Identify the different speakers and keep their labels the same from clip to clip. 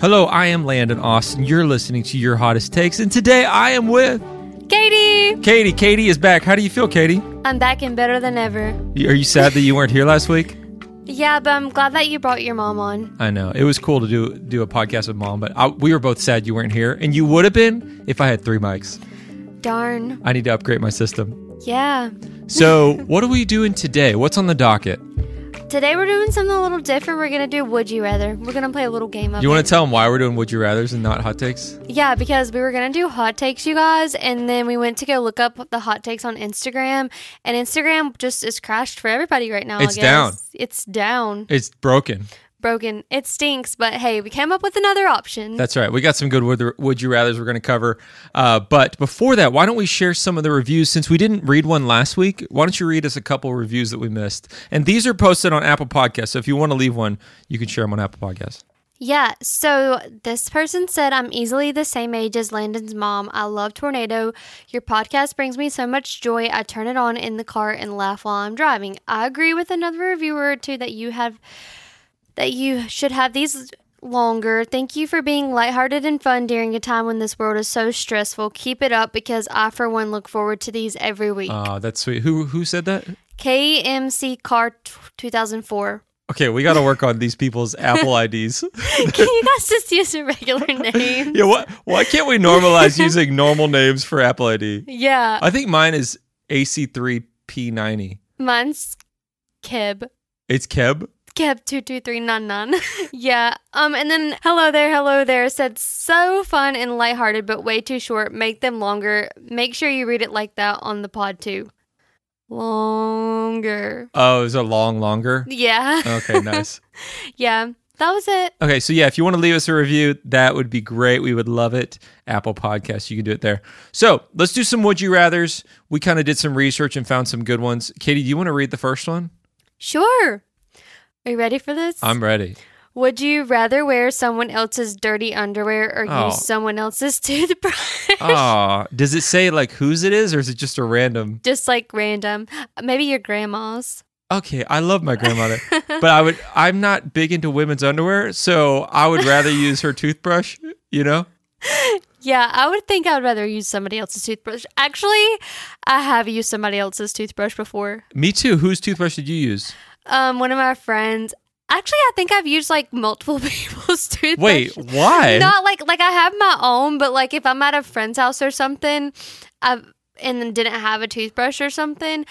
Speaker 1: Hello, I am Landon Austin. You're listening to Your Hottest Takes, and today I am with
Speaker 2: Katie!
Speaker 1: Katie. Katie is back. How do you feel, Katie?
Speaker 2: I'm back and better than ever.
Speaker 1: Are you sad that you weren't here last week?
Speaker 2: Yeah, but I'm glad that you brought your mom on.
Speaker 1: I know it was cool to do do a podcast with mom, but I, we were both sad you weren't here, and you would have been if I had three mics.
Speaker 2: Darn.
Speaker 1: I need to upgrade my system.
Speaker 2: Yeah.
Speaker 1: So, what are we doing today? What's on the docket?
Speaker 2: Today we're doing something a little different. We're gonna do Would You Rather. We're gonna play a little game of
Speaker 1: You want
Speaker 2: it.
Speaker 1: to tell them why we're doing Would You Rather's and not Hot Takes?
Speaker 2: Yeah, because we were gonna do hot takes, you guys, and then we went to go look up the hot takes on Instagram, and Instagram just is crashed for everybody right now. I
Speaker 1: It's
Speaker 2: guess.
Speaker 1: down.
Speaker 2: It's down.
Speaker 1: It's broken.
Speaker 2: Broken. It stinks, but hey, we came up with another option.
Speaker 1: That's right. We got some good would, would you rather's we're going to cover. Uh, but before that, why don't we share some of the reviews since we didn't read one last week? Why don't you read us a couple reviews that we missed? And these are posted on Apple Podcasts. So if you want to leave one, you can share them on Apple Podcasts.
Speaker 2: Yeah, so this person said, I'm easily the same age as Landon's mom. I love Tornado. Your podcast brings me so much joy. I turn it on in the car and laugh while I'm driving. I agree with another reviewer or two that you have that you should have these longer. Thank you for being lighthearted and fun during a time when this world is so stressful. Keep it up because I for one look forward to these every week.
Speaker 1: Uh, that's sweet. Who who said that?
Speaker 2: KMC Car t- 2004.
Speaker 1: Okay, we got to work on these people's Apple IDs.
Speaker 2: Can you guys just use a regular name?
Speaker 1: yeah, what? Why can't we normalize using normal names for Apple ID?
Speaker 2: Yeah.
Speaker 1: I think mine is AC3P90.
Speaker 2: Mine's Keb.
Speaker 1: It's Keb.
Speaker 2: Keb two two three nine nine. yeah. Um. And then hello there, hello there. Said so fun and lighthearted, but way too short. Make them longer. Make sure you read it like that on the pod too. Longer.
Speaker 1: Oh, it's a long longer.
Speaker 2: Yeah.
Speaker 1: Okay, nice.
Speaker 2: yeah. That was it.
Speaker 1: Okay, so yeah, if you want to leave us a review, that would be great. We would love it. Apple Podcasts, you can do it there. So let's do some Would You Rathers. We kind of did some research and found some good ones. Katie, do you want to read the first one?
Speaker 2: Sure. Are you ready for this?
Speaker 1: I'm ready.
Speaker 2: Would you rather wear someone else's dirty underwear or
Speaker 1: Oh.
Speaker 2: use someone else's toothbrush?
Speaker 1: Ah, does it say like whose it is or is it just a random?
Speaker 2: Just like random. Maybe your grandma's.
Speaker 1: Okay, I love my grandmother, but I would, I'm not big into women's underwear, so I would rather use her toothbrush, you know?
Speaker 2: Yeah, I would think I'd rather use somebody else's toothbrush. Actually, I have used somebody else's toothbrush before.
Speaker 1: Me too. Whose toothbrush did you use?
Speaker 2: Um, one of my friends. Actually, I think I've used like multiple people's toothbrush.
Speaker 1: Wait, why?
Speaker 2: Not like like I have my own, but like if I'm at a friend's house or something, I and then didn't have a toothbrush or something,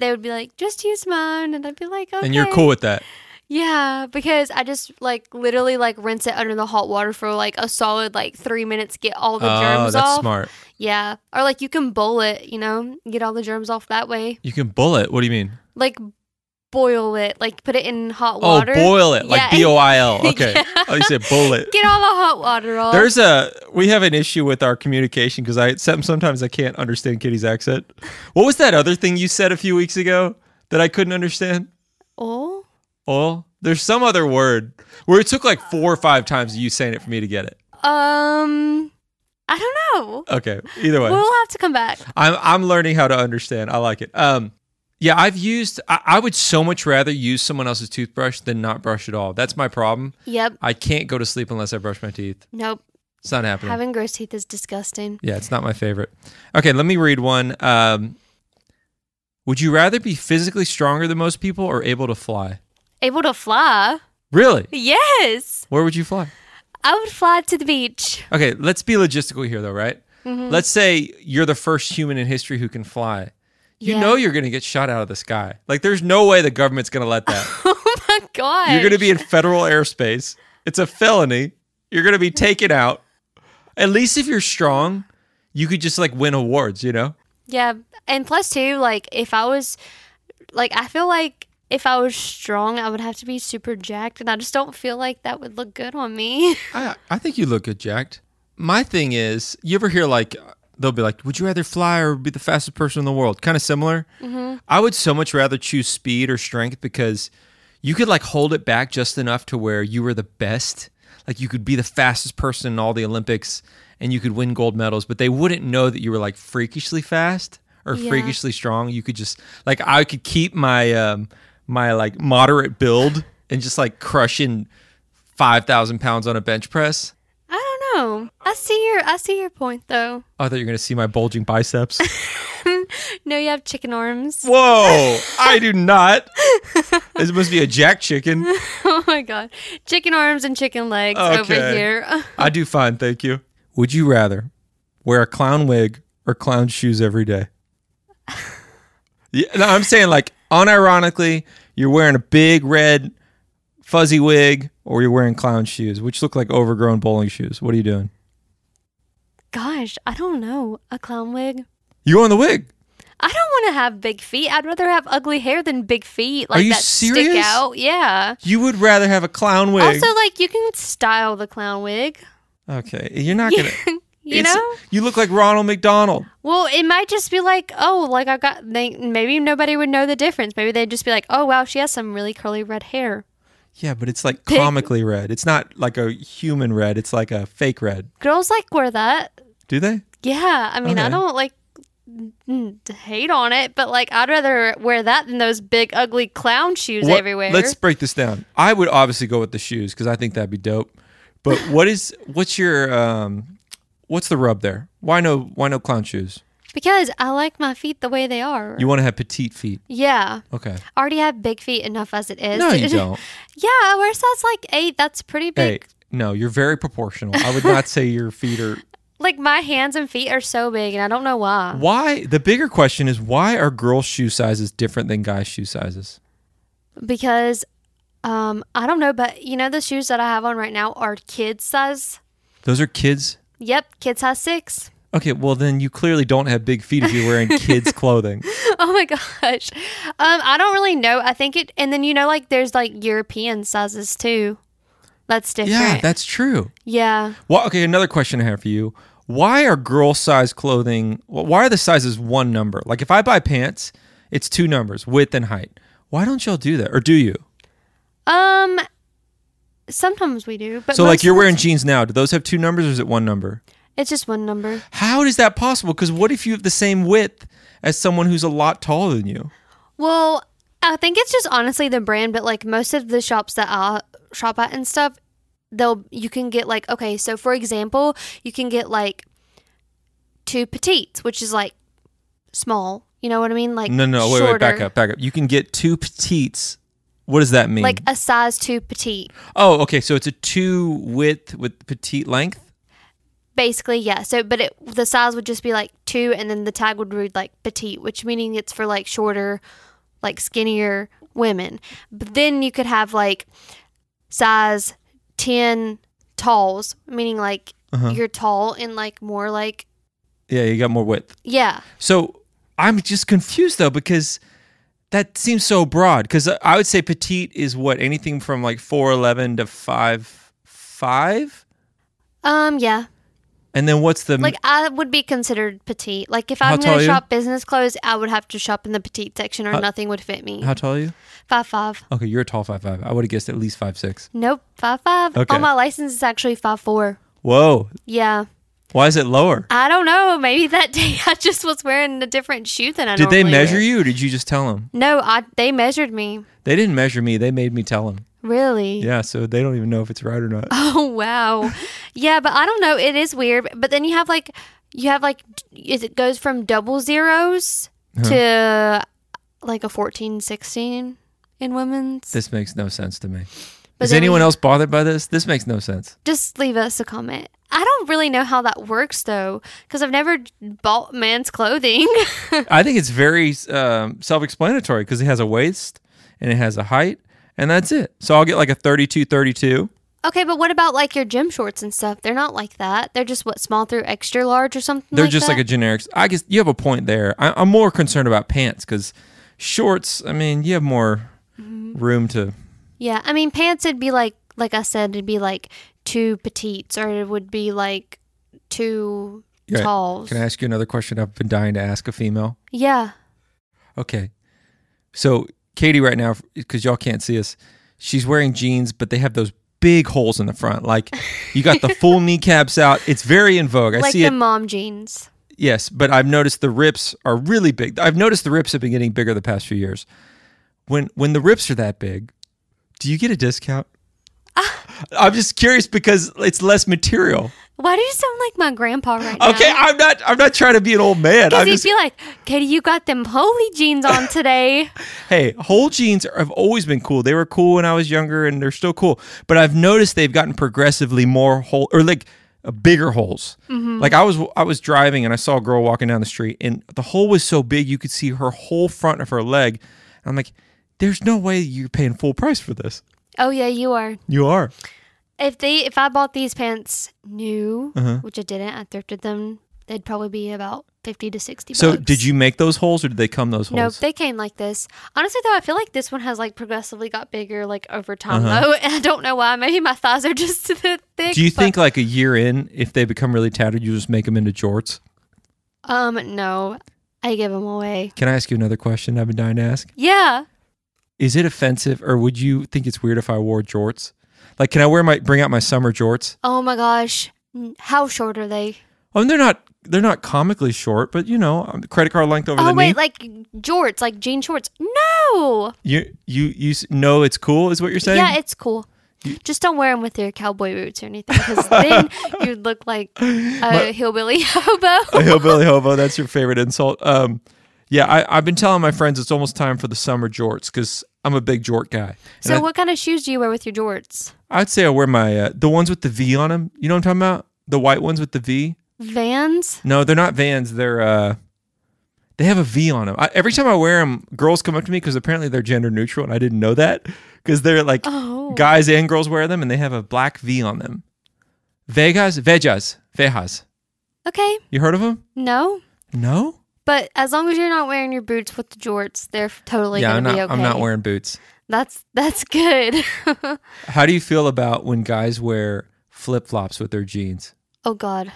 Speaker 2: they would be like, "Just use mine," and I'd be like, "Okay."
Speaker 1: And you're cool with that.
Speaker 2: Yeah, because I just like literally like rinse it under the hot water for like a solid like three minutes, get all the
Speaker 1: Oh,
Speaker 2: germs
Speaker 1: that's
Speaker 2: off.
Speaker 1: smart.
Speaker 2: Yeah. Or like you can boil it, you know, get all the germs off that way.
Speaker 1: You can bullet. What do you mean?
Speaker 2: Like boil it, like put it in hot water.
Speaker 1: Oh, boil it like
Speaker 2: Yeah.
Speaker 1: B O I L. Okay.
Speaker 2: Yeah.
Speaker 1: Oh, you said bullet.
Speaker 2: Get all the hot water off.
Speaker 1: There's a we have an issue with our communication because I some- sometimes I can't understand Kitty's accent. What was that other thing you said a few weeks ago that I couldn't understand?
Speaker 2: oh.
Speaker 1: Oh, there's some other word where it took like four or five times of you saying it for me to get it.
Speaker 2: Um I don't know.
Speaker 1: Okay, either way,
Speaker 2: We'll have to come back.
Speaker 1: I'm I'm learning how to understand. I like it. Um, yeah, I've used. I, I would so much rather use someone else's toothbrush than not brush at all. That's my problem.
Speaker 2: Yep.
Speaker 1: I can't go to sleep unless I brush my teeth.
Speaker 2: Nope.
Speaker 1: It's not happening.
Speaker 2: Having gross teeth is disgusting.
Speaker 1: Yeah, it's not my favorite. Okay, let me read one. Um, would you rather be physically stronger than most people or able to fly?
Speaker 2: Able to fly?
Speaker 1: Really?
Speaker 2: Yes.
Speaker 1: Where would you fly?
Speaker 2: I would fly to the beach.
Speaker 1: Okay, let's be logistical here, though, right?
Speaker 2: Mm.
Speaker 1: Let's say you're the first human in history who can fly. You
Speaker 2: Yeah.
Speaker 1: know you're going to get shot out of the sky. Like, there's no way the government's going to let that.
Speaker 2: Oh my god.
Speaker 1: You're going to be in federal airspace. It's a felony. You're going to be taken out. At least if you're strong, you could just like win awards, you know?
Speaker 2: Yeah, and plus too, like if I was, like I feel like if I was strong, I would have to be super jacked, and I just don't feel like that would look good on me.
Speaker 1: I I think you look good, jacked. My thing is, you ever hear like they'll be like, "Would you rather fly or be the fastest person in the world?" Kind of similar. I would so much rather choose speed or strength because you could like hold it back just enough to where you were the best. Like you could be the fastest person in all the Olympics and you could win gold medals, but they wouldn't know that you were like freakishly fast or
Speaker 2: Yeah.
Speaker 1: freakishly strong. You could just like I could keep my um my like moderate build and just like crushing five thousand pounds on a bench press.
Speaker 2: I don't know. I see your I see your point though.
Speaker 1: Oh, I thought you were gonna see my bulging biceps.
Speaker 2: No, you have chicken arms.
Speaker 1: Whoa! I do not. This must be a jack chicken.
Speaker 2: oh my god. Chicken arms and chicken legs over
Speaker 1: Okay.
Speaker 2: here.
Speaker 1: I do fine, thank you. Would you rather wear a clown wig or clown shoes every day? yeah, no, I'm saying like unironically, you're wearing a big red fuzzy wig or you're wearing clown shoes, which look like overgrown bowling shoes. What are you doing?
Speaker 2: Gosh, I don't know. A clown wig.
Speaker 1: You on the wig.
Speaker 2: I don't want to have big feet. I'd rather have ugly hair than big feet. Like
Speaker 1: you
Speaker 2: that stick
Speaker 1: serious?
Speaker 2: out. Yeah.
Speaker 1: You would rather have a clown wig.
Speaker 2: Also, like you can style the clown wig.
Speaker 1: okay. You're not gonna
Speaker 2: You
Speaker 1: it's-
Speaker 2: know?
Speaker 1: You look like Ronald McDonald.
Speaker 2: Well, it might just be like, oh, like I got. They, maybe nobody would know the difference. Maybe they'd just be like, oh wow, she has some really curly red hair.
Speaker 1: Yeah, but it's like
Speaker 2: Pig-
Speaker 1: comically red. It's not like a human red. It's like a fake red.
Speaker 2: Girls like wear that.
Speaker 1: Do they?
Speaker 2: Yeah, I mean, I
Speaker 1: Okay.
Speaker 2: don't like n- hate on it, but like I'd rather wear that than those big ugly clown shoes
Speaker 1: What-
Speaker 2: everywhere.
Speaker 1: Let's break this down. I would obviously go with the shoes because I think that'd be dope. But what is what's your um what's the rub there? Why no why no clown shoes?
Speaker 2: because I like my feet the way they are.
Speaker 1: You want to have petite feet.
Speaker 2: yeah,
Speaker 1: Okay.
Speaker 2: I already have big feet enough as it is.
Speaker 1: No, you don't.
Speaker 2: yeah, I wear size like eight. That's pretty
Speaker 1: Hey,
Speaker 2: big.
Speaker 1: no, you're very proportional. I would not say your feet are
Speaker 2: Like my hands and feet are so big, and I don't know why.
Speaker 1: why the bigger question is why are girls' shoe sizes different than guys' shoe sizes?
Speaker 2: Because um, I don't know, but you know the shoes that I have on right now are kid size.
Speaker 1: Those are kids.
Speaker 2: Yep, kid size six.
Speaker 1: Okay, well then you clearly don't have big feet if you're wearing kids' clothing.
Speaker 2: Oh my gosh. Um, I don't really know. I think it, and then you know, like there's like European sizes too. That's different.
Speaker 1: Yeah,
Speaker 2: Yeah.
Speaker 1: that's true. Why, okay, another question I have for you. Why are girl size clothing, wh- why are the sizes one number? Like if I buy pants, it's two numbers, width and height. Why don't y'all do that? Or do you?
Speaker 2: Um, sometimes we do, but
Speaker 1: So
Speaker 2: most
Speaker 1: like you're
Speaker 2: of the
Speaker 1: wearing
Speaker 2: ti-
Speaker 1: jeans now, do those have two numbers or is it one number?
Speaker 2: It's just one number.
Speaker 1: How is that possible? Cuz what if you have the same width as someone who's a lot taller than you?
Speaker 2: Well, I think it's just honestly the brand, but like most of the shops that I shop at and stuff, they'll you can get like okay, so for example, you can get like two petites, which is like small. You know what I mean? Like
Speaker 1: No, no, wait,
Speaker 2: shorter,
Speaker 1: wait, back up, back up. You can get two petites. What does that mean?
Speaker 2: Like a size two petite.
Speaker 1: oh, okay, so it's a two width with petite length.
Speaker 2: Basically, yeah. So, but it, the size would just be like two, and then the tag would read like petite, which meaning it's for like shorter, like skinnier women. But then you could have like size 10 talls, meaning like
Speaker 1: Uh-huh.
Speaker 2: you're tall and like more like,
Speaker 1: Yeah, you got more width.
Speaker 2: yeah.
Speaker 1: So I'm just confused though because that seems so broad. Because I would say petite is what anything from like four eleven to five five,
Speaker 2: Um, yeah.
Speaker 1: Mm. and then what's the
Speaker 2: Like I would be considered petite. Like if
Speaker 1: How
Speaker 2: I'm
Speaker 1: tall
Speaker 2: going
Speaker 1: are
Speaker 2: to
Speaker 1: you?
Speaker 2: shop business clothes, I would have to shop in the petite section or
Speaker 1: How-
Speaker 2: nothing would fit me.
Speaker 1: how tall are you?
Speaker 2: Five five.
Speaker 1: Okay, you're a tall five five. I would have guessed at least five six.
Speaker 2: Nope, five five.
Speaker 1: Okay.
Speaker 2: On my license is actually five four.
Speaker 1: Whoa,
Speaker 2: Yeah.
Speaker 1: why is it lower?
Speaker 2: I don't know. Maybe that day I just was wearing a different shoe than I
Speaker 1: Did they
Speaker 2: normally
Speaker 1: measure
Speaker 2: wear.
Speaker 1: you, or did you just tell them?
Speaker 2: No, I they measured me.
Speaker 1: They didn't measure me. They made me tell them.
Speaker 2: Really?
Speaker 1: Yeah, so they don't even know if it's right or not.
Speaker 2: Oh wow. yeah, but I don't know. It is weird. But then you have like you have like is it goes from double zeros
Speaker 1: Uh-huh.
Speaker 2: to like a 14, 16 in women's.
Speaker 1: This makes no sense to me.
Speaker 2: But
Speaker 1: Is
Speaker 2: then
Speaker 1: anyone
Speaker 2: we-
Speaker 1: else bothered by this? This makes no sense.
Speaker 2: Just leave us a comment. I don't really know how that works though, because I've never bought man's clothing.
Speaker 1: I think it's very um, self-explanatory because it has a waist and it has a height, and that's it. So I'll get like a 32, 32.
Speaker 2: Okay, but what about like your gym shorts and stuff? They're not like that. They're just what small through extra large or something.
Speaker 1: They're just like a generic. I guess you have a point there. I, I'm more concerned about pants because shorts. I mean, you have more room to.
Speaker 2: yeah. I mean, pants would be like like I said, it'd be like two petites, or it would be like two
Speaker 1: Yeah.
Speaker 2: talls.
Speaker 1: Can I ask you another question? I've been dying to ask a female.
Speaker 2: yeah.
Speaker 1: Okay, so Katie right now, because y'all can't see us, she's wearing jeans, but they have those big holes in the front. Like you got the full kneecaps out. It's very in vogue. I
Speaker 2: like
Speaker 1: see
Speaker 2: the
Speaker 1: it
Speaker 2: mom jeans.
Speaker 1: Yes, but I've noticed the rips are really big. I've noticed the rips have been getting bigger the past few years. When when the rips are that big, do you get a discount? I'm just curious because it's less material.
Speaker 2: Why do you sound like my grandpa right now?
Speaker 1: Okay, I'm not. I'm not trying to be an old man.
Speaker 2: Because
Speaker 1: I'm
Speaker 2: he'd
Speaker 1: just
Speaker 2: be like, Katie, you got them holy jeans on today.
Speaker 1: hey, whole jeans are- have always been cool. They were cool when I was younger, and they're still cool. But I've noticed they've gotten progressively more hole or like uh, bigger holes. Like I was I was driving and I saw a girl walking down the street, and the hole was so big you could see her whole front of her leg. And I'm like, there's no way you're paying full price for this.
Speaker 2: oh yeah, you are.
Speaker 1: You are.
Speaker 2: If they if I bought these pants new,
Speaker 1: Uh-huh.
Speaker 2: which I didn't, I thrifted them, they'd probably be about fifty to sixty
Speaker 1: So
Speaker 2: bucks.
Speaker 1: did you make those holes, or did they come those holes?
Speaker 2: Nope, they came like this. Honestly, though, I feel like this one has like progressively got bigger like over time, though, and I don't know why. Maybe my thighs are just a bit thick.
Speaker 1: Uh-huh. Do you
Speaker 2: but-
Speaker 1: think like a year in, if they become really tattered, you just make them into jorts?
Speaker 2: Um, no, I give them away.
Speaker 1: Can I ask you another question I've been dying to ask?
Speaker 2: Yeah,
Speaker 1: Is it offensive or would you think it's weird if I wore jorts? Like, can I wear my bring out my summer jorts?
Speaker 2: Oh my gosh. N- How short are they?
Speaker 1: I mean, they're not they're not comically short, but you know, um, credit card length over
Speaker 2: oh,
Speaker 1: the
Speaker 2: wait,
Speaker 1: knee.
Speaker 2: like jorts, like jean shorts. No.
Speaker 1: you you you s- know it's cool, is what you're saying?
Speaker 2: Yeah, it's cool. Just don't wear them with your cowboy boots or anything because then you'd look like a hillbilly hobo.
Speaker 1: A hillbilly hobo. That's your favorite insult. Um, yeah, I, I've been telling my friends it's almost time for the summer jorts because I'm a big jort guy. And
Speaker 2: So,
Speaker 1: I-
Speaker 2: what kind of shoes do you wear with your jorts?
Speaker 1: I'd say I wear my uh, the ones with the V on them. You know what I'm talking about? The white ones with the V.
Speaker 2: Vans?
Speaker 1: No, they're not Vans. They're uh, they have a V on them. I, every time I wear them, girls come up to me because apparently they're gender neutral, and I didn't know that because they're like
Speaker 2: Oh.
Speaker 1: guys and girls wear them, and they have a black V on them. Vegas, Vejas, Vejas.
Speaker 2: Okay.
Speaker 1: You heard of them?
Speaker 2: No.
Speaker 1: No.
Speaker 2: But as long as you're not wearing your boots with the jorts, they're f- totally
Speaker 1: yeah,
Speaker 2: gonna
Speaker 1: I'm not.
Speaker 2: be okay.
Speaker 1: I'm not wearing boots.
Speaker 2: That's that's good.
Speaker 1: How do you feel about when guys wear flip flops with their jeans,
Speaker 2: oh God,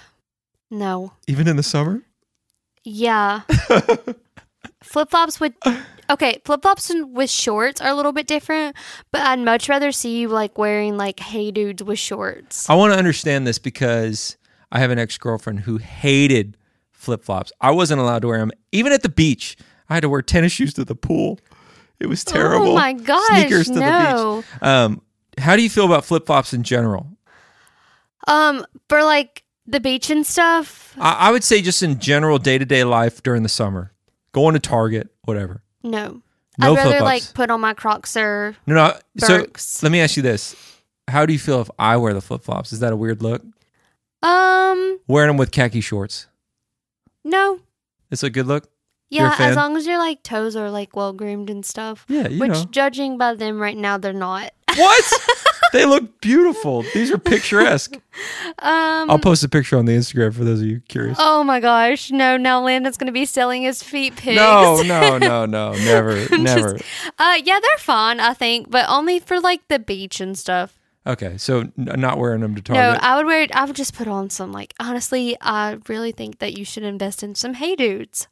Speaker 2: no.
Speaker 1: even in the summer?
Speaker 2: Yeah. flip flops with okay, flip flops with shorts are a little bit different, but I'd much rather see you like wearing like hey dudes with shorts.
Speaker 1: I want to understand this because I have an ex girlfriend who hated flip flops. I wasn't allowed to wear them, even at the beach. I had to wear tennis shoes to the pool. It was terrible.
Speaker 2: Oh my gosh,
Speaker 1: Sneakers to
Speaker 2: no.
Speaker 1: the beach. Um, how do you feel about flip flops in general?
Speaker 2: Um, for like the beach and stuff,
Speaker 1: I, I would say just in general day to day life during the summer, going to Target, whatever.
Speaker 2: no.
Speaker 1: No
Speaker 2: I'd rather
Speaker 1: flip-flops.
Speaker 2: like put on my Crocs or
Speaker 1: No, no.
Speaker 2: Birks.
Speaker 1: So let me ask you this: How do you feel if I wear the flip flops? Is that a weird look?
Speaker 2: um
Speaker 1: Wearing them with khaki shorts,
Speaker 2: no.
Speaker 1: it's a good look. You're a
Speaker 2: Yeah,
Speaker 1: fan?
Speaker 2: as long as your like toes are like well groomed and stuff.
Speaker 1: Yeah, you
Speaker 2: Which
Speaker 1: know.
Speaker 2: judging by them right now they're not.
Speaker 1: What? they look beautiful. These are picturesque.
Speaker 2: Um
Speaker 1: I'll post a picture on the Instagram for those of you curious.
Speaker 2: Oh my gosh, no, now Landon's gonna be selling his feet pics.
Speaker 1: No, no, no, no, never,
Speaker 2: I'm just-
Speaker 1: never.
Speaker 2: Uh, yeah, they're fine, I think, but only for like the beach and stuff.
Speaker 1: Okay, so n- not wearing them to
Speaker 2: No,
Speaker 1: Target.
Speaker 2: I would wear. I would just put on some. Like honestly, I really think that you should invest in some Hey Dudes.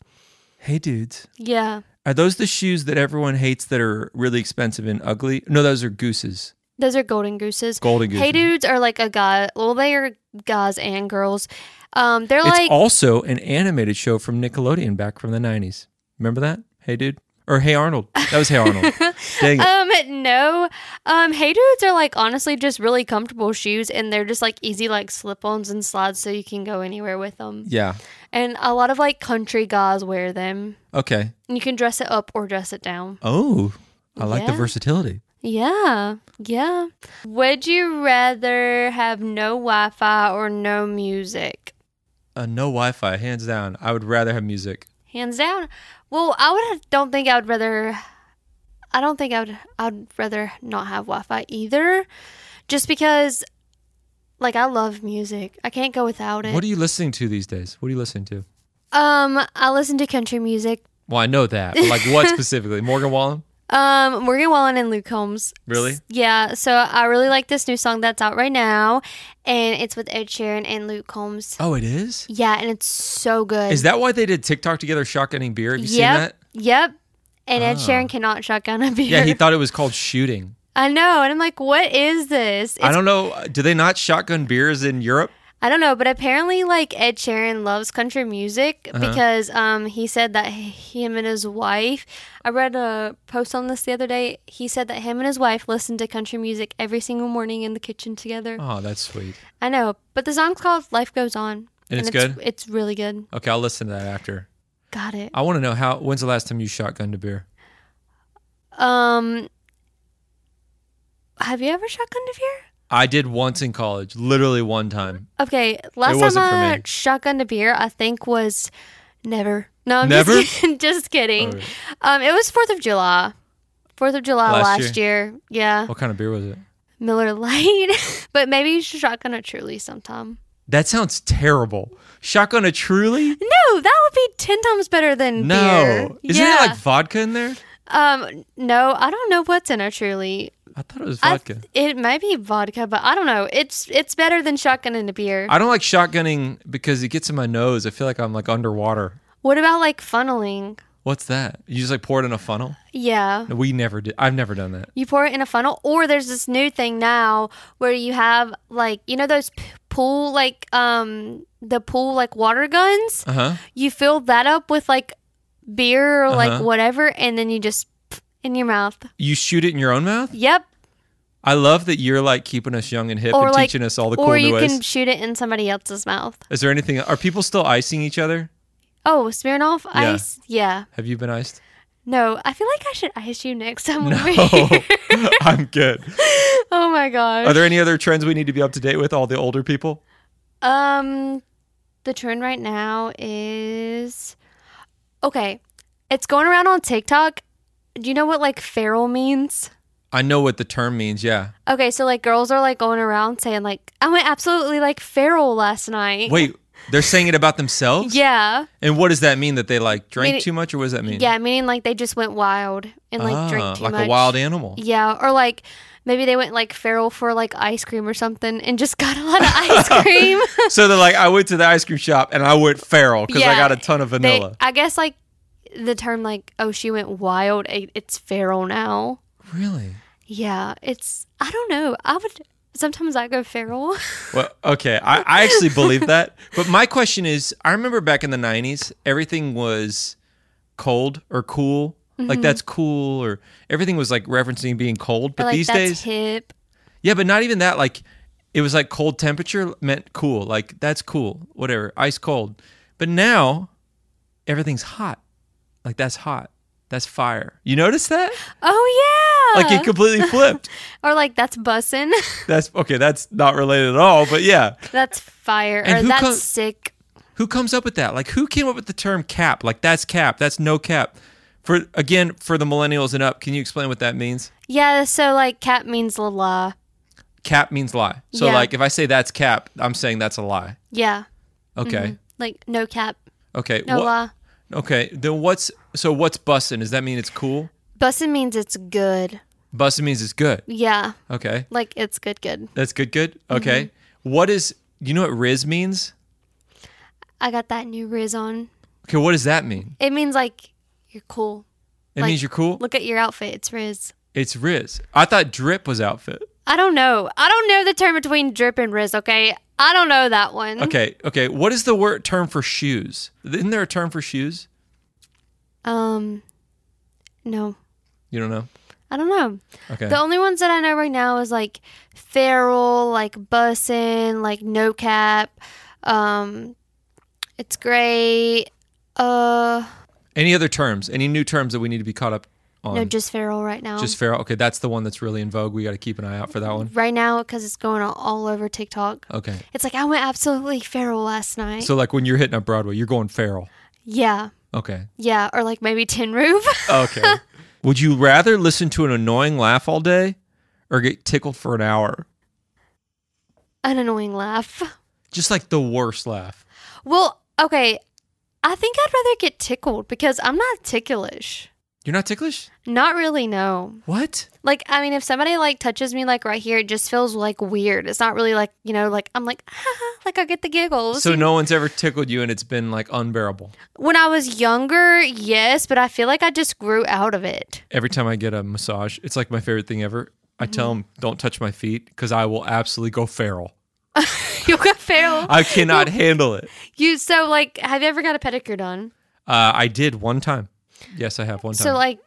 Speaker 1: hey, dudes,
Speaker 2: Yeah,
Speaker 1: are those the shoes that everyone hates that are really expensive and ugly? No, those are gooses,
Speaker 2: those are Golden Gooses.
Speaker 1: golden gooses.
Speaker 2: hey Dudes are like a guy. Well, they are guys and girls. Um, they're
Speaker 1: It's
Speaker 2: like
Speaker 1: also an animated show from Nickelodeon back from the '90s. Remember that? Hey, dude, or Hey Arnold. That was Hey Arnold. Dang it.
Speaker 2: um no um hey dudes are like honestly just really comfortable shoes and they're just like easy like slip-ons and slides so you can go anywhere with them
Speaker 1: yeah.
Speaker 2: and a lot of like country guys wear them
Speaker 1: Okay.
Speaker 2: And you can dress it up or dress it down
Speaker 1: Oh, I like the
Speaker 2: Yeah.
Speaker 1: versatility.
Speaker 2: Yeah, yeah. Would you rather have no Wi Fi or no music?
Speaker 1: Uh, no Wi-Fi, hands down. I would rather have music.
Speaker 2: Hands down. Well, I would don't think I would rather. I don't think I would. I'd rather not have Wi Fi either, just because, like, I love music. I can't go without it.
Speaker 1: What are you listening to these days? What are you listening to?
Speaker 2: um, I listen to country music.
Speaker 1: Well, I know that, but like what specifically? Morgan Wallen?
Speaker 2: Um, Morgan Wallen and Luke Combs.
Speaker 1: Really?
Speaker 2: Yeah. So I really like this new song that's out right now, and it's with Ed Sheeran and Luke Combs.
Speaker 1: Oh, it is?
Speaker 2: Yeah, and it's so good.
Speaker 1: Is that why they did TikTok together, shotgunning beer? Have you
Speaker 2: yep,
Speaker 1: seen that?
Speaker 2: Yep. And Ed
Speaker 1: Oh.
Speaker 2: Sheeran cannot shotgun a beer.
Speaker 1: Yeah, he thought it was called shooting.
Speaker 2: I know, and I'm like, what is this?
Speaker 1: I
Speaker 2: It's-
Speaker 1: don't know. uh, Do they not shotgun beers in Europe?
Speaker 2: I don't know, but apparently, like Ed Sheeran loves country music
Speaker 1: Uh-huh.
Speaker 2: because um, he said that h- him and his wife. I read a post on this the other day. He said that him and his wife listened to country music every single morning in the kitchen together.
Speaker 1: Oh, that's sweet.
Speaker 2: I know, but the song's called "Life Goes On,"
Speaker 1: And it's good?
Speaker 2: It's really good.
Speaker 1: Okay, I'll listen to that after.
Speaker 2: Got it.
Speaker 1: I want to know how. When's the last time you shotgunned a beer?
Speaker 2: Um, have you ever shotgunned a beer?
Speaker 1: I did once in college, literally one time.
Speaker 2: Okay, last time
Speaker 1: wasn't for
Speaker 2: I
Speaker 1: me.
Speaker 2: shotgunned a beer, I think was never. No, I'm
Speaker 1: Never?
Speaker 2: just kidding. just kidding.
Speaker 1: Oh,
Speaker 2: Um, it was Fourth of July. Fourth of July
Speaker 1: Last
Speaker 2: last, year. Yeah,
Speaker 1: What kind of beer was it?
Speaker 2: Miller Lite. but maybe you should shotgun it truly sometime.
Speaker 1: That sounds terrible. Shotgun a truly?
Speaker 2: No, that would be ten times better than
Speaker 1: No.
Speaker 2: beer.
Speaker 1: Isn't
Speaker 2: yeah.
Speaker 1: there like vodka in there?
Speaker 2: um, no, I don't know what's in a truly.
Speaker 1: I thought it was
Speaker 2: I-
Speaker 1: vodka.
Speaker 2: it might be vodka, but I don't know. It's it's better than shotgunning a beer.
Speaker 1: I, don't like shotgunning because it gets in my nose. I feel like I'm like underwater.
Speaker 2: what about like funneling?
Speaker 1: What's that? You just like pour it in a funnel?
Speaker 2: Yeah.
Speaker 1: No, we never did. I've never done that.
Speaker 2: You pour it in a funnel, or there's this new thing now where you have like you know those p- pool like um the pool like water guns.
Speaker 1: Uh huh.
Speaker 2: You fill that up with like beer or like
Speaker 1: Uh-huh.
Speaker 2: whatever, and then you just pff in your mouth.
Speaker 1: You shoot it in your own mouth?
Speaker 2: Yep.
Speaker 1: I love that you're like keeping us young and hip
Speaker 2: Or,
Speaker 1: and
Speaker 2: like-
Speaker 1: teaching us all the cool
Speaker 2: or
Speaker 1: new
Speaker 2: you
Speaker 1: ways.
Speaker 2: can shoot it in somebody else's mouth.
Speaker 1: Is there anything? Are people still icing each other?
Speaker 2: Oh, Smirnoff
Speaker 1: Yeah.
Speaker 2: Ice. Yeah.
Speaker 1: Have you been iced?
Speaker 2: No, I feel like I should ice you next time.
Speaker 1: No,
Speaker 2: Over here.
Speaker 1: I'm good.
Speaker 2: oh my gosh.
Speaker 1: Are there any other trends we need to be up to date with? All the older people.
Speaker 2: Um, the trend right now is okay. It's going around on TikTok. Do you know what like feral means?
Speaker 1: I know what the term means. Yeah.
Speaker 2: Okay, so like girls are like going around saying like I went absolutely like feral last night.
Speaker 1: Wait, they're saying it about themselves.
Speaker 2: Yeah,
Speaker 1: And what does that mean? That they like drank
Speaker 2: Meaning-
Speaker 1: too much, or what does that mean?
Speaker 2: yeah, meaning like they just went wild and like
Speaker 1: Ah,
Speaker 2: drank too
Speaker 1: like
Speaker 2: much.
Speaker 1: a wild animal.
Speaker 2: Yeah, or like maybe they went like feral for like ice cream or something and just got a lot of ice cream.
Speaker 1: so they're like, I went to the ice cream shop and I went feral because I
Speaker 2: Yeah,
Speaker 1: got a ton of
Speaker 2: They-
Speaker 1: vanilla.
Speaker 2: I guess like the term like oh she went wild. it- It's feral now.
Speaker 1: really?
Speaker 2: Yeah, it's I don't know. I would sometimes I go feral.
Speaker 1: Well, okay. I, I actually believe that. But my question is I remember back in the 90s, everything was cold or cool.
Speaker 2: Mm-hmm.
Speaker 1: Like, that's cool, or everything was like referencing being cold. But
Speaker 2: like
Speaker 1: these
Speaker 2: that's
Speaker 1: days,
Speaker 2: hip.
Speaker 1: yeah, but not even that. Like, it was like cold temperature meant cool. Like, that's cool, whatever, ice cold. But now, everything's hot. Like, that's hot. That's fire. You notice that?
Speaker 2: Oh yeah.
Speaker 1: Like, it completely flipped.
Speaker 2: or like that's bussin'.
Speaker 1: That's okay. That's not related at all. But yeah,
Speaker 2: that's fire.
Speaker 1: And
Speaker 2: or
Speaker 1: who
Speaker 2: that's
Speaker 1: co-
Speaker 2: sick.
Speaker 1: who comes up with that? Like, who came up with the term cap? Like, that's cap. That's no cap. For again, for the millennials and up, can you explain what that means?
Speaker 2: Yeah, so like cat means la la.
Speaker 1: Cap means lie. So
Speaker 2: Yeah.
Speaker 1: like, if I say that's cap, I'm saying that's a lie.
Speaker 2: Yeah.
Speaker 1: Okay.
Speaker 2: Like no cap,
Speaker 1: Okay.
Speaker 2: no
Speaker 1: wha-
Speaker 2: la.
Speaker 1: Okay. Then what's so what's bussin? Does that mean it's cool?
Speaker 2: Bussin' means it's good.
Speaker 1: Bussin means it's good.
Speaker 2: Yeah.
Speaker 1: Okay.
Speaker 2: Like it's good good.
Speaker 1: That's good. Good.
Speaker 2: Mm-hmm.
Speaker 1: Okay. What is? You know what riz means?
Speaker 2: I got that new Riz on.
Speaker 1: Okay. What does that mean?
Speaker 2: It means like you're cool.
Speaker 1: It
Speaker 2: Like-
Speaker 1: means you're cool.
Speaker 2: Look at your outfit, it's Riz.
Speaker 1: It's riz. I thought drip was outfit.
Speaker 2: I don't know. I don't know the term between drip and Riz, okay? I don't know that one.
Speaker 1: Okay, okay. What is the word term for shoes? Isn't there a term for shoes?
Speaker 2: Um, no,
Speaker 1: You don't know.
Speaker 2: I don't know.
Speaker 1: Okay.
Speaker 2: The only ones that I know right now is like feral, like bussin, like no cap. Um, it's great. Uh,
Speaker 1: Any other terms? Any new terms that we need to be caught up on?
Speaker 2: no, just feral right now.
Speaker 1: Just feral. Okay, that's the one that's really in vogue. We got to keep an eye out for that one.
Speaker 2: right now because it's going on all over TikTok.
Speaker 1: Okay.
Speaker 2: It's like I went absolutely feral last night.
Speaker 1: So like when you're hitting up Broadway, you're going feral.
Speaker 2: yeah,
Speaker 1: Okay.
Speaker 2: yeah, or like maybe tin roof.
Speaker 1: Okay. Would you rather listen to an annoying laugh all day or get tickled for an hour?
Speaker 2: An annoying laugh.
Speaker 1: Just like the worst laugh.
Speaker 2: Well, okay. I think I'd rather get tickled because I'm not ticklish.
Speaker 1: You're not ticklish?
Speaker 2: Not really, no.
Speaker 1: What?
Speaker 2: Like, I mean, if somebody like touches me like right here, it just feels like weird. It's not really like, you know, like I'm like, like I get the giggles.
Speaker 1: So no one's ever tickled you and it's been like unbearable.
Speaker 2: when I was younger, yes, but I feel like I just grew out of it.
Speaker 1: every time I get a massage, it's like my
Speaker 2: Mm-hmm.
Speaker 1: favorite thing ever. I tell them, don't touch my feet because I will absolutely go feral.
Speaker 2: You'll go feral.
Speaker 1: I cannot handle it.
Speaker 2: You so like have you ever got a pedicure done?
Speaker 1: Uh, I did one time. Yes, I have one time.
Speaker 2: So like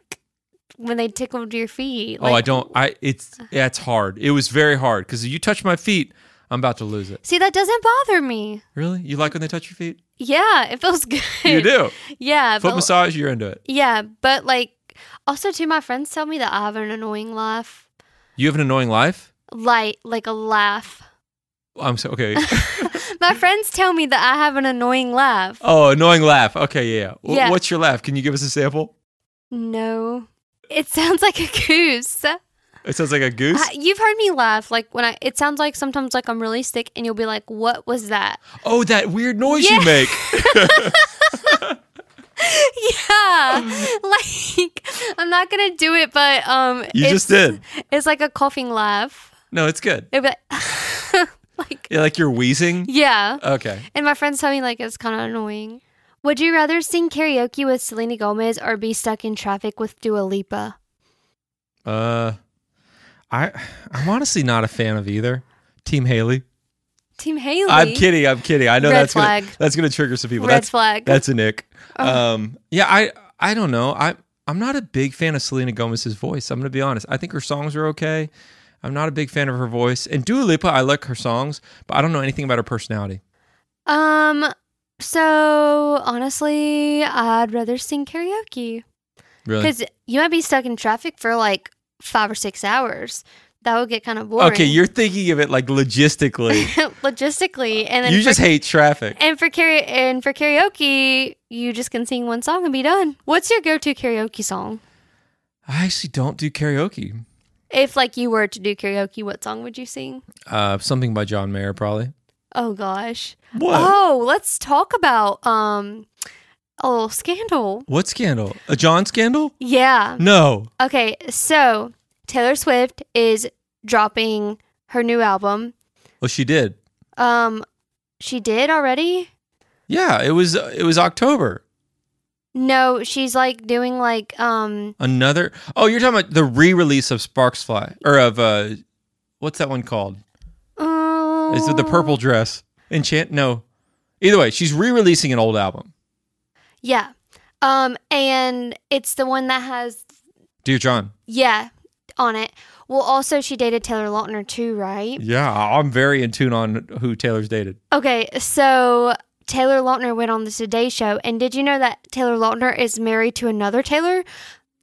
Speaker 2: when they tickled your feet.
Speaker 1: oh,
Speaker 2: Like, Uh-huh.
Speaker 1: I don't. I it's yeah, it's hard. It was very hard because if you touch my feet, I'm about to lose it.
Speaker 2: See, that doesn't bother me.
Speaker 1: Really? You like when they touch your feet?
Speaker 2: Yeah, it feels good.
Speaker 1: You do.
Speaker 2: Yeah,
Speaker 1: Foot
Speaker 2: but,
Speaker 1: massage, you're into it.
Speaker 2: yeah, but like also too, my friends tell me that I have an annoying laugh,
Speaker 1: You have an annoying life.
Speaker 2: like like a laugh.
Speaker 1: I'm so okay.
Speaker 2: My friends tell me that I have an annoying laugh.
Speaker 1: oh, annoying laugh. Okay, yeah. yeah. Wh-
Speaker 2: Yeah.
Speaker 1: What's your laugh? Can you give us a sample?
Speaker 2: No, it sounds like a goose.
Speaker 1: It sounds like a goose.
Speaker 2: I- you've heard me laugh like when I. It sounds like sometimes like I'm really sick, and you'll be like, "What was that?"
Speaker 1: oh, that weird noise
Speaker 2: Yeah.
Speaker 1: you make.
Speaker 2: yeah, like I'm not gonna do it, but um,
Speaker 1: You
Speaker 2: it's,
Speaker 1: just did.
Speaker 2: It's like a coughing laugh.
Speaker 1: No, it's good.
Speaker 2: It'll be like, like
Speaker 1: Yeah, like you're wheezing.
Speaker 2: yeah.
Speaker 1: Okay.
Speaker 2: And my friends tell me like it's kind of annoying. Would you rather sing karaoke with Selena Gomez or be stuck in traffic with Dua Lipa?
Speaker 1: Uh, I I'm honestly not a fan of either. Team Haley.
Speaker 2: Team Haley.
Speaker 1: I'm kidding. I'm kidding. I know
Speaker 2: Red
Speaker 1: that's
Speaker 2: flag.
Speaker 1: gonna that's gonna trigger some people.
Speaker 2: Red
Speaker 1: that's
Speaker 2: flag. Oh.
Speaker 1: that's a nick. Um, yeah, I I don't know. I I'm not a big fan of Selena Gomez's voice. I'm gonna be honest. I think her songs are okay. I'm not a big fan of her voice. And Dua Lipa, I like her songs, but I don't know anything about her personality.
Speaker 2: um. So honestly, I'd rather sing karaoke
Speaker 1: Really?
Speaker 2: because you might be stuck in traffic for like five or six hours. That would get kind of boring.
Speaker 1: Okay, you're thinking of it like logistically.
Speaker 2: logistically, and then
Speaker 1: you
Speaker 2: for-
Speaker 1: just hate traffic.
Speaker 2: and for kara- and for karaoke, you just can sing one song and be done. What's your go-to karaoke song?
Speaker 1: I actually don't do karaoke.
Speaker 2: If like you were to do karaoke, what song would you sing?
Speaker 1: Uh, something by John Mayer, probably.
Speaker 2: Oh gosh.
Speaker 1: What?
Speaker 2: Oh, let's talk about um a little scandal.
Speaker 1: What scandal? A John scandal?
Speaker 2: Yeah.
Speaker 1: No.
Speaker 2: Okay, so Taylor Swift is dropping her new album.
Speaker 1: Well, Oh, she did.
Speaker 2: Um she did already?
Speaker 1: Yeah, it was it was October.
Speaker 2: No, she's like doing like um
Speaker 1: Another Oh, you're talking about the re-release of Sparks Fly or of uh what's that one called? Is it the
Speaker 2: uh,
Speaker 1: purple dress? Enchant no. Either way, she's re-releasing an old album.
Speaker 2: Yeah. Um and it's the one that has
Speaker 1: Dear John.
Speaker 2: yeah on it. Well, also she dated Taylor Lautner too, right?
Speaker 1: Yeah, I'm very in tune on who Taylor's dated.
Speaker 2: Okay, so Taylor Lautner went on the Today Show, and did you know that Taylor Lautner is married to another Taylor?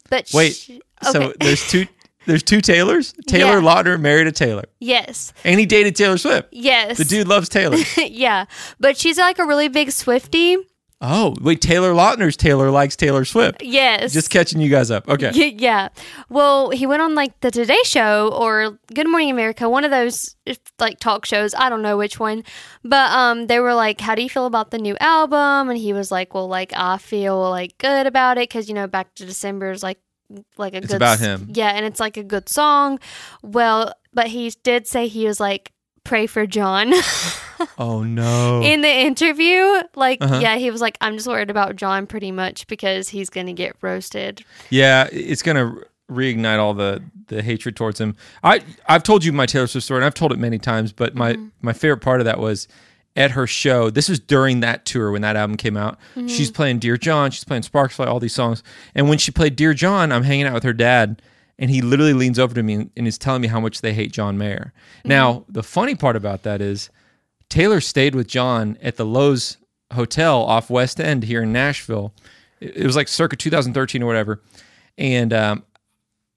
Speaker 2: But
Speaker 1: Wait,
Speaker 2: sh-
Speaker 1: So
Speaker 2: okay.
Speaker 1: there's two there's two Taylors? Taylor
Speaker 2: Yeah.
Speaker 1: Lautner married a Taylor.
Speaker 2: yes,
Speaker 1: And he dated Taylor Swift.
Speaker 2: yes,
Speaker 1: The dude loves Taylor.
Speaker 2: yeah, but she's like a really big Swifty.
Speaker 1: oh, wait, Taylor Lautner's Taylor likes Taylor Swift.
Speaker 2: Yes,
Speaker 1: Just catching you guys up. Okay.
Speaker 2: Y- yeah. Well, he went on like the Today Show or Good Morning America, one of those if, like talk shows. I don't know which one, but um, they were like, "How do you feel about the new album?" And he was like, "Well, like I feel like good about it because you know, back to December is like like a
Speaker 1: It's
Speaker 2: good
Speaker 1: about
Speaker 2: s-
Speaker 1: him.
Speaker 2: yeah, and it's like a good song." Well, but he did say he was like, "Pray for John."
Speaker 1: Oh no.
Speaker 2: in the interview like
Speaker 1: Uh-huh.
Speaker 2: yeah he was like i'm just worried about john pretty much because he's gonna get roasted
Speaker 1: Yeah, it's gonna reignite all the the hatred towards him. I I've told you my Taylor Swift story, and I've told it many times. But my
Speaker 2: Mm-hmm.
Speaker 1: my favorite part of that was at her show. This was during that tour when that album came out.
Speaker 2: Mm-hmm.
Speaker 1: She's playing Dear John, she's playing Sparks Fly, all these songs. And when she played Dear John, I'm hanging out with her dad. And he literally leans over to me and, and is telling me how much they hate John Mayer.
Speaker 2: Mm-hmm.
Speaker 1: Now, the funny part about that is Taylor stayed with John at the Lowe's Hotel off West End here in Nashville. It it was like circa 2013 or whatever, and um,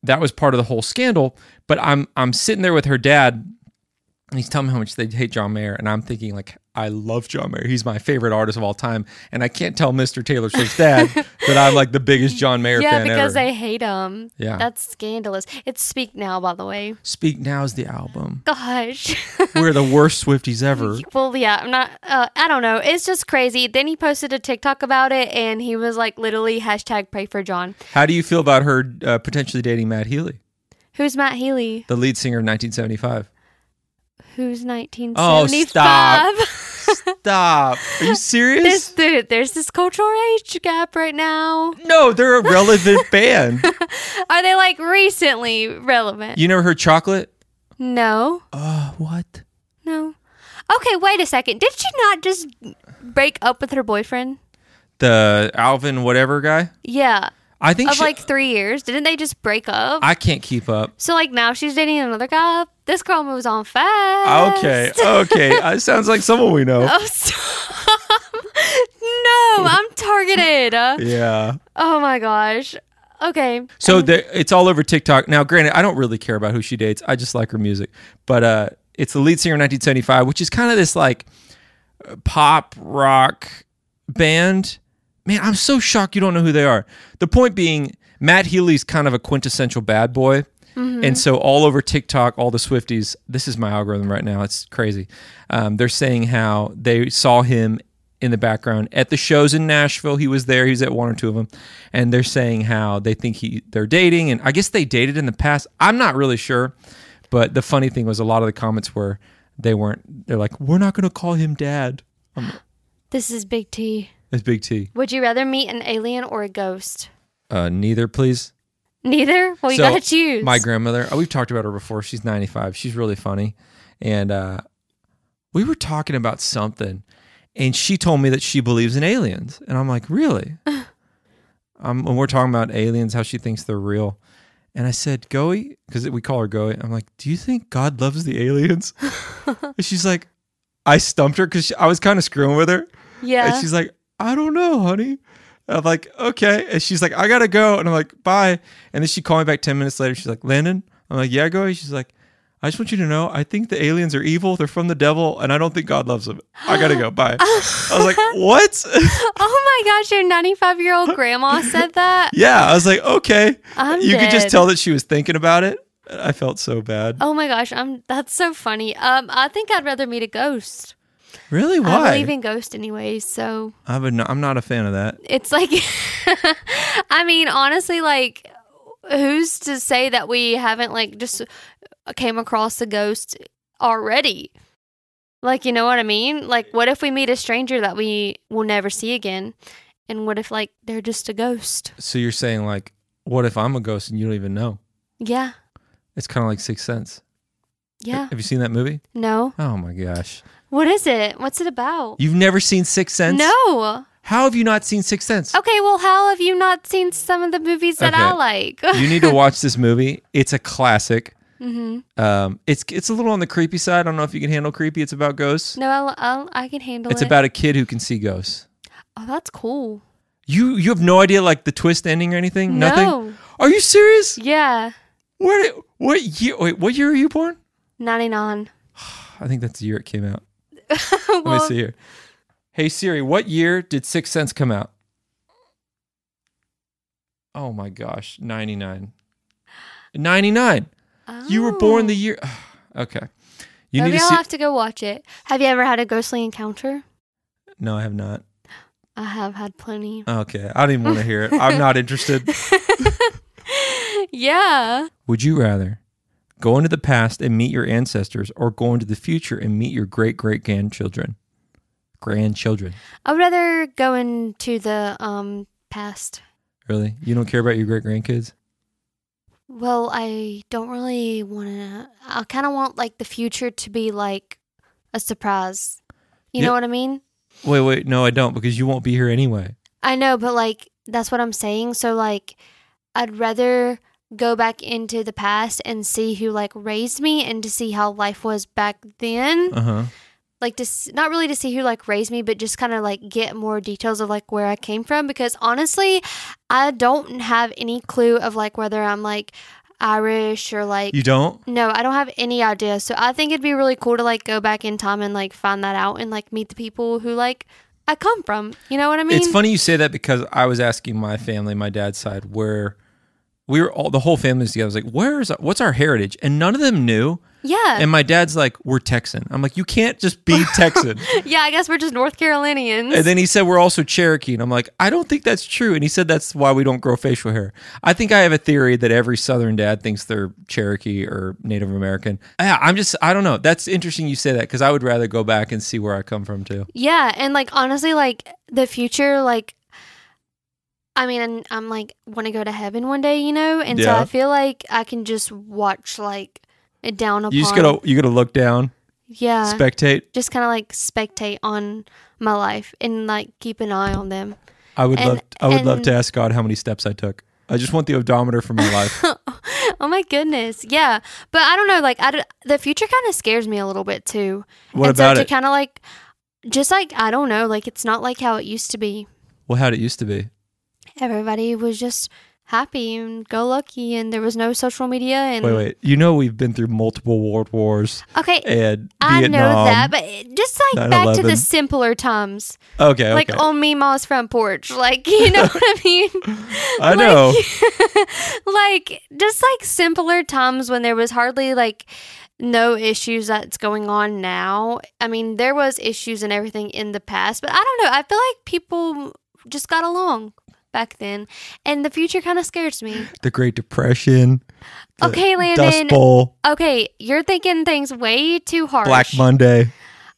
Speaker 1: that was part of the whole scandal. But I'm I'm sitting there with her dad, and he's telling me how much they hate John Mayer, and I'm thinking like I love John Mayer. He's my favorite artist of all time, and I can't tell Mr. Taylor Swift's dad that I'm like the biggest John Mayer
Speaker 2: yeah,
Speaker 1: fan
Speaker 2: because
Speaker 1: ever.
Speaker 2: they hate him.
Speaker 1: Yeah.
Speaker 2: That's scandalous. It's Speak Now, by the way.
Speaker 1: Speak Now is the album.
Speaker 2: Gosh.
Speaker 1: We're the worst Swifties ever.
Speaker 2: well, yeah, I'm not, uh, I don't know. It's just crazy. Then he posted a TikTok about it and he was like, literally, hashtag pray for John.
Speaker 1: How do you feel about her uh, potentially dating Matt Healy,
Speaker 2: Who's Matt Healy?
Speaker 1: the lead singer of 1975?
Speaker 2: Who's 1975?
Speaker 1: Oh, Stop. Are you
Speaker 2: this
Speaker 1: serious?
Speaker 2: dude, there's this cultural age gap right now.
Speaker 1: no, they're a relevant band.
Speaker 2: Are they like recently relevant?
Speaker 1: You never heard Chocolate?
Speaker 2: no,
Speaker 1: Uh, what?
Speaker 2: no. Okay, wait a second. Did she not just break up with her boyfriend?
Speaker 1: The Alvin whatever guy.
Speaker 2: Yeah.
Speaker 1: I think
Speaker 2: Of
Speaker 1: she,
Speaker 2: like three years. Didn't they just break up?
Speaker 1: I can't keep up.
Speaker 2: so like now she's dating another guy. This girl moves on fast.
Speaker 1: Okay, okay. Uh, It sounds like someone we know.
Speaker 2: Oh, stop. no, I'm targeted. Uh,
Speaker 1: Yeah.
Speaker 2: Oh my gosh. Okay.
Speaker 1: So the, it's all over TikTok now. Granted, I don't really care about who she dates. I just like her music. But uh, it's the lead singer in 1975, which is kind of this like uh, pop rock band. Man, I'm so shocked you don't know who they are. The point being, Matt Healy's kind of a quintessential bad boy. And so all over TikTok, all the Swifties, this is my algorithm right now. It's crazy. Um, they're saying how they saw him in the background at the shows in Nashville. He was there. He was at one or two of them, and they're saying how they think he they're dating, and I guess they dated in the past. I'm not really sure, but the funny thing was a lot of the comments were they weren't. They're like, we're not going to call him dad.
Speaker 2: This is Big T.
Speaker 1: That's Big T.
Speaker 2: Would you rather meet an alien or a ghost?
Speaker 1: Uh, neither, please.
Speaker 2: Neither? Well, you
Speaker 1: So,
Speaker 2: gotta choose.
Speaker 1: My grandmother, oh, we've talked about her before. She's 95. She's really funny. And uh, we were talking about something, and she told me that she believes in aliens. And I'm like, really? um, when we're talking about aliens, how she thinks they're real. And I said, Goey, because we call her Goey. I'm like, do you think God loves the aliens? and she's like, I stumped her because I was kind of screwing with her.
Speaker 2: yeah.
Speaker 1: And she's like, I don't know, honey. I'm like, okay. And she's like, I gotta go. And I'm like, bye. And then she called me back 10 minutes later. She's like, Landon? I'm like, yeah, go. She's like, I just want you to know, I think the aliens are evil. They're from the devil, and I don't think God loves them. I gotta go. Bye. I was like, what?
Speaker 2: oh my gosh, your 95 year old grandma said that?
Speaker 1: yeah. I was like, okay.
Speaker 2: I'm
Speaker 1: you could
Speaker 2: dead.
Speaker 1: just tell that she was thinking about it. I felt so bad.
Speaker 2: Oh my gosh, I'm that's so funny. Um, I think I'd rather meet a ghost.
Speaker 1: really?
Speaker 2: I
Speaker 1: Why?
Speaker 2: believe in ghosts anyways, so
Speaker 1: I would not, I'm not a fan of that.
Speaker 2: it's like I mean, honestly, like who's to say that we haven't like just came across a ghost already? Like, you know what I mean? Like what if we meet a stranger that we will never see again? And what if like they're just a ghost?
Speaker 1: So you're saying, like, what if I'm a ghost and you don't even know?
Speaker 2: Yeah.
Speaker 1: It's kind of like Sixth Sense.
Speaker 2: Yeah.
Speaker 1: Have you seen that movie?
Speaker 2: No.
Speaker 1: Oh my gosh.
Speaker 2: What is it? What's it about?
Speaker 1: You've never seen Sixth Sense?
Speaker 2: No.
Speaker 1: How have you not seen Sixth Sense?
Speaker 2: Okay, well, how have you not seen some of the movies that I
Speaker 1: Okay.
Speaker 2: like?
Speaker 1: you need to watch this movie. It's a classic.
Speaker 2: hmm
Speaker 1: Um, it's it's a little on the creepy side. I don't know if you can handle creepy. It's about ghosts.
Speaker 2: No, I'll, I'll, I can handle
Speaker 1: it's
Speaker 2: it.
Speaker 1: about a kid who can see ghosts.
Speaker 2: oh, that's cool.
Speaker 1: You you have no idea like the twist ending or anything. Nothing.
Speaker 2: No.
Speaker 1: Are you serious?
Speaker 2: Yeah.
Speaker 1: Where did- what year? Wait, what year are you born?
Speaker 2: 99.
Speaker 1: I think that's the year it came out. Let
Speaker 2: well,
Speaker 1: me see here. Hey Siri, what year did Sixth Sense come out? Oh my gosh, ninety nine. Ninety nine. You were born the
Speaker 2: oh.
Speaker 1: year. okay. You
Speaker 2: Maybe
Speaker 1: need to
Speaker 2: I'll
Speaker 1: see.
Speaker 2: have to go watch it. Have you ever had a ghostly encounter?
Speaker 1: No, I have not.
Speaker 2: I have had plenty.
Speaker 1: Okay. I don't even want to hear it. I'm not interested.
Speaker 2: yeah.
Speaker 1: Would you rather go into the past and meet your ancestors or go into the future and meet your great great grandchildren? Grandchildren.
Speaker 2: I would rather go into the um past.
Speaker 1: Really? You don't care about your great grandkids?
Speaker 2: Well, I don't really want to. I kind of want like the future to be like a surprise. You
Speaker 1: Yeah.
Speaker 2: know what I mean?
Speaker 1: Wait, wait. No, I don't because you won't be here anyway.
Speaker 2: I know, but like that's what I'm saying. So like I'd rather go back into the past and see who like raised me and to see how life was back then.
Speaker 1: Uh huh.
Speaker 2: Like to s- not really to see who like raised me, but just kind of like get more details of like where I came from because honestly, I don't have any clue of like whether I'm like Irish or like
Speaker 1: You don't?
Speaker 2: no, I don't have any idea. So I think it'd be really cool to like go back in time and like find that out and like meet the people who like I come from. You know what I mean?
Speaker 1: it's funny you say that because I was asking my family, my dad's side, where we were all the whole family's together. I was like, "Where's what's our heritage?" And none of them knew.
Speaker 2: Yeah.
Speaker 1: And my dad's like, "We're Texan." I'm like, "You can't just be Texan."
Speaker 2: Yeah, I guess we're just North Carolinians.
Speaker 1: and then he said, "We're also Cherokee." And I'm like, "I don't think that's true." And he said, "That's why we don't grow facial hair." I think I have a theory that every Southern dad thinks they're Cherokee or Native American. Yeah, I'm just I don't know. That's interesting you say that because I would rather go back and see where I come from too.
Speaker 2: yeah, and like honestly, like the future, like I mean, and I'm like want to go to heaven one day, you know, and so
Speaker 1: Yeah.
Speaker 2: I feel like I can just watch like it down upon.
Speaker 1: You just gotta you gotta look down.
Speaker 2: Yeah.
Speaker 1: spectate.
Speaker 2: just kind of like spectate on my life and like keep an eye on them.
Speaker 1: I would
Speaker 2: And-
Speaker 1: love I would love
Speaker 2: and-
Speaker 1: to ask God how many steps I took. I just want the odometer for my life.
Speaker 2: Oh my goodness. Yeah. But I don't know. Like, I, d- the future kind of scares me a little bit too.
Speaker 1: What
Speaker 2: and
Speaker 1: about
Speaker 2: so
Speaker 1: it?
Speaker 2: to kind of like, just like, I don't know. Like, it's not like how it used to be.
Speaker 1: well, how'd it used to be?
Speaker 2: Everybody was just happy and go lucky and there was no social media. And
Speaker 1: Wait, wait. You know we've been through multiple world wars
Speaker 2: okay.
Speaker 1: and
Speaker 2: I
Speaker 1: Vietnam.
Speaker 2: know that, but it- just like back
Speaker 1: 9/11.
Speaker 2: to the simpler times,
Speaker 1: Okay, okay.
Speaker 2: like on Mima's front porch, like you know what I mean.
Speaker 1: I know.
Speaker 2: like just like simpler times when there was hardly like no issues that's going on now. I mean, there was issues and everything in the past, but I don't know. I feel like people just got along back then, and the future kind of scares me.
Speaker 1: the Great Depression. the
Speaker 2: Okay,
Speaker 1: Dust
Speaker 2: Landon.
Speaker 1: Bowl,
Speaker 2: Okay, you're thinking things way too hard.
Speaker 1: Black Monday,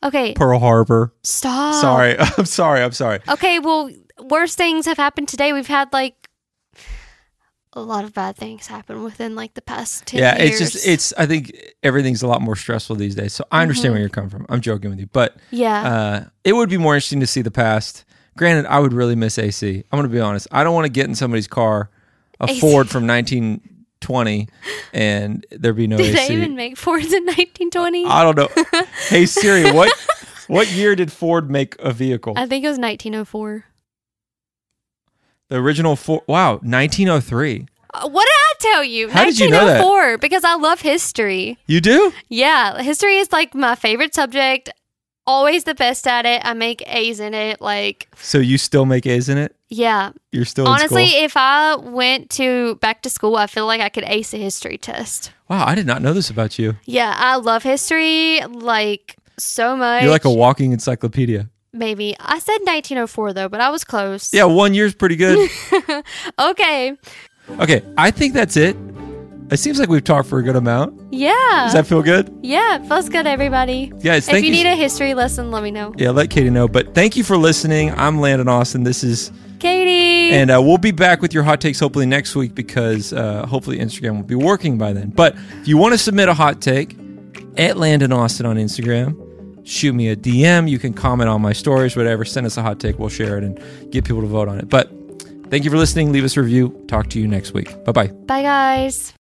Speaker 2: Okay,
Speaker 1: Pearl Harbor.
Speaker 2: stop.
Speaker 1: Sorry. I'm sorry. I'm sorry.
Speaker 2: Okay, well, worse things have happened today. We've had like a lot of bad things happen within like the past 10
Speaker 1: yeah,
Speaker 2: years.
Speaker 1: it's just it's I think everything's a lot more stressful these days. So I understand
Speaker 2: Mm-hmm.
Speaker 1: where you're coming from. I'm joking with you, but
Speaker 2: yeah.
Speaker 1: uh, it would be more interesting to see the past. Granted, I would really miss AC. I'm going to be honest. I don't want to get in somebody's car, a
Speaker 2: AC.
Speaker 1: Ford from 1920, and there be no
Speaker 2: Did
Speaker 1: AC.
Speaker 2: they even make Fords in 1920? I,
Speaker 1: I don't know. hey Siri, what what year did Ford make a vehicle?
Speaker 2: think it was 1904.
Speaker 1: The original Ford. Wow, 1903.
Speaker 2: Uh, What did I tell you?
Speaker 1: How did you know that?
Speaker 2: 1904, because I love history.
Speaker 1: You do?
Speaker 2: Yeah, history is like my favorite subject. Always the best at it. I make A's in it. Like,
Speaker 1: So you still make A's in it?
Speaker 2: yeah.
Speaker 1: You're still
Speaker 2: Honestly,
Speaker 1: In school?
Speaker 2: if I went to back to school, I feel like I could ace a history test.
Speaker 1: Wow, I did not know this about you.
Speaker 2: Yeah, I love history like so much.
Speaker 1: You're like a walking encyclopedia.
Speaker 2: maybe I said 1904 though, but I was close.
Speaker 1: Yeah, one year's pretty good.
Speaker 2: Okay.
Speaker 1: okay, I think that's it. It seems like we've talked for a good amount.
Speaker 2: Yeah.
Speaker 1: Does that feel good?
Speaker 2: yeah. Feels good, everybody.
Speaker 1: Guys,
Speaker 2: if
Speaker 1: thank
Speaker 2: you
Speaker 1: you.
Speaker 2: need a history lesson, let me know.
Speaker 1: yeah, let Katie know. But thank you for listening. I'm Landon Austin. This is,
Speaker 2: Katie.
Speaker 1: and uh, we'll be back with your hot takes hopefully next week because uh, hopefully Instagram will be working by then. But if you want to submit a hot take at Landon Austin on Instagram, shoot me a DM. You can comment on my stories, whatever. Send us a hot take. We'll share it and get people to vote on it. But thank you for listening. Leave us a review. Talk to you next week. Bye bye.
Speaker 2: Bye, guys.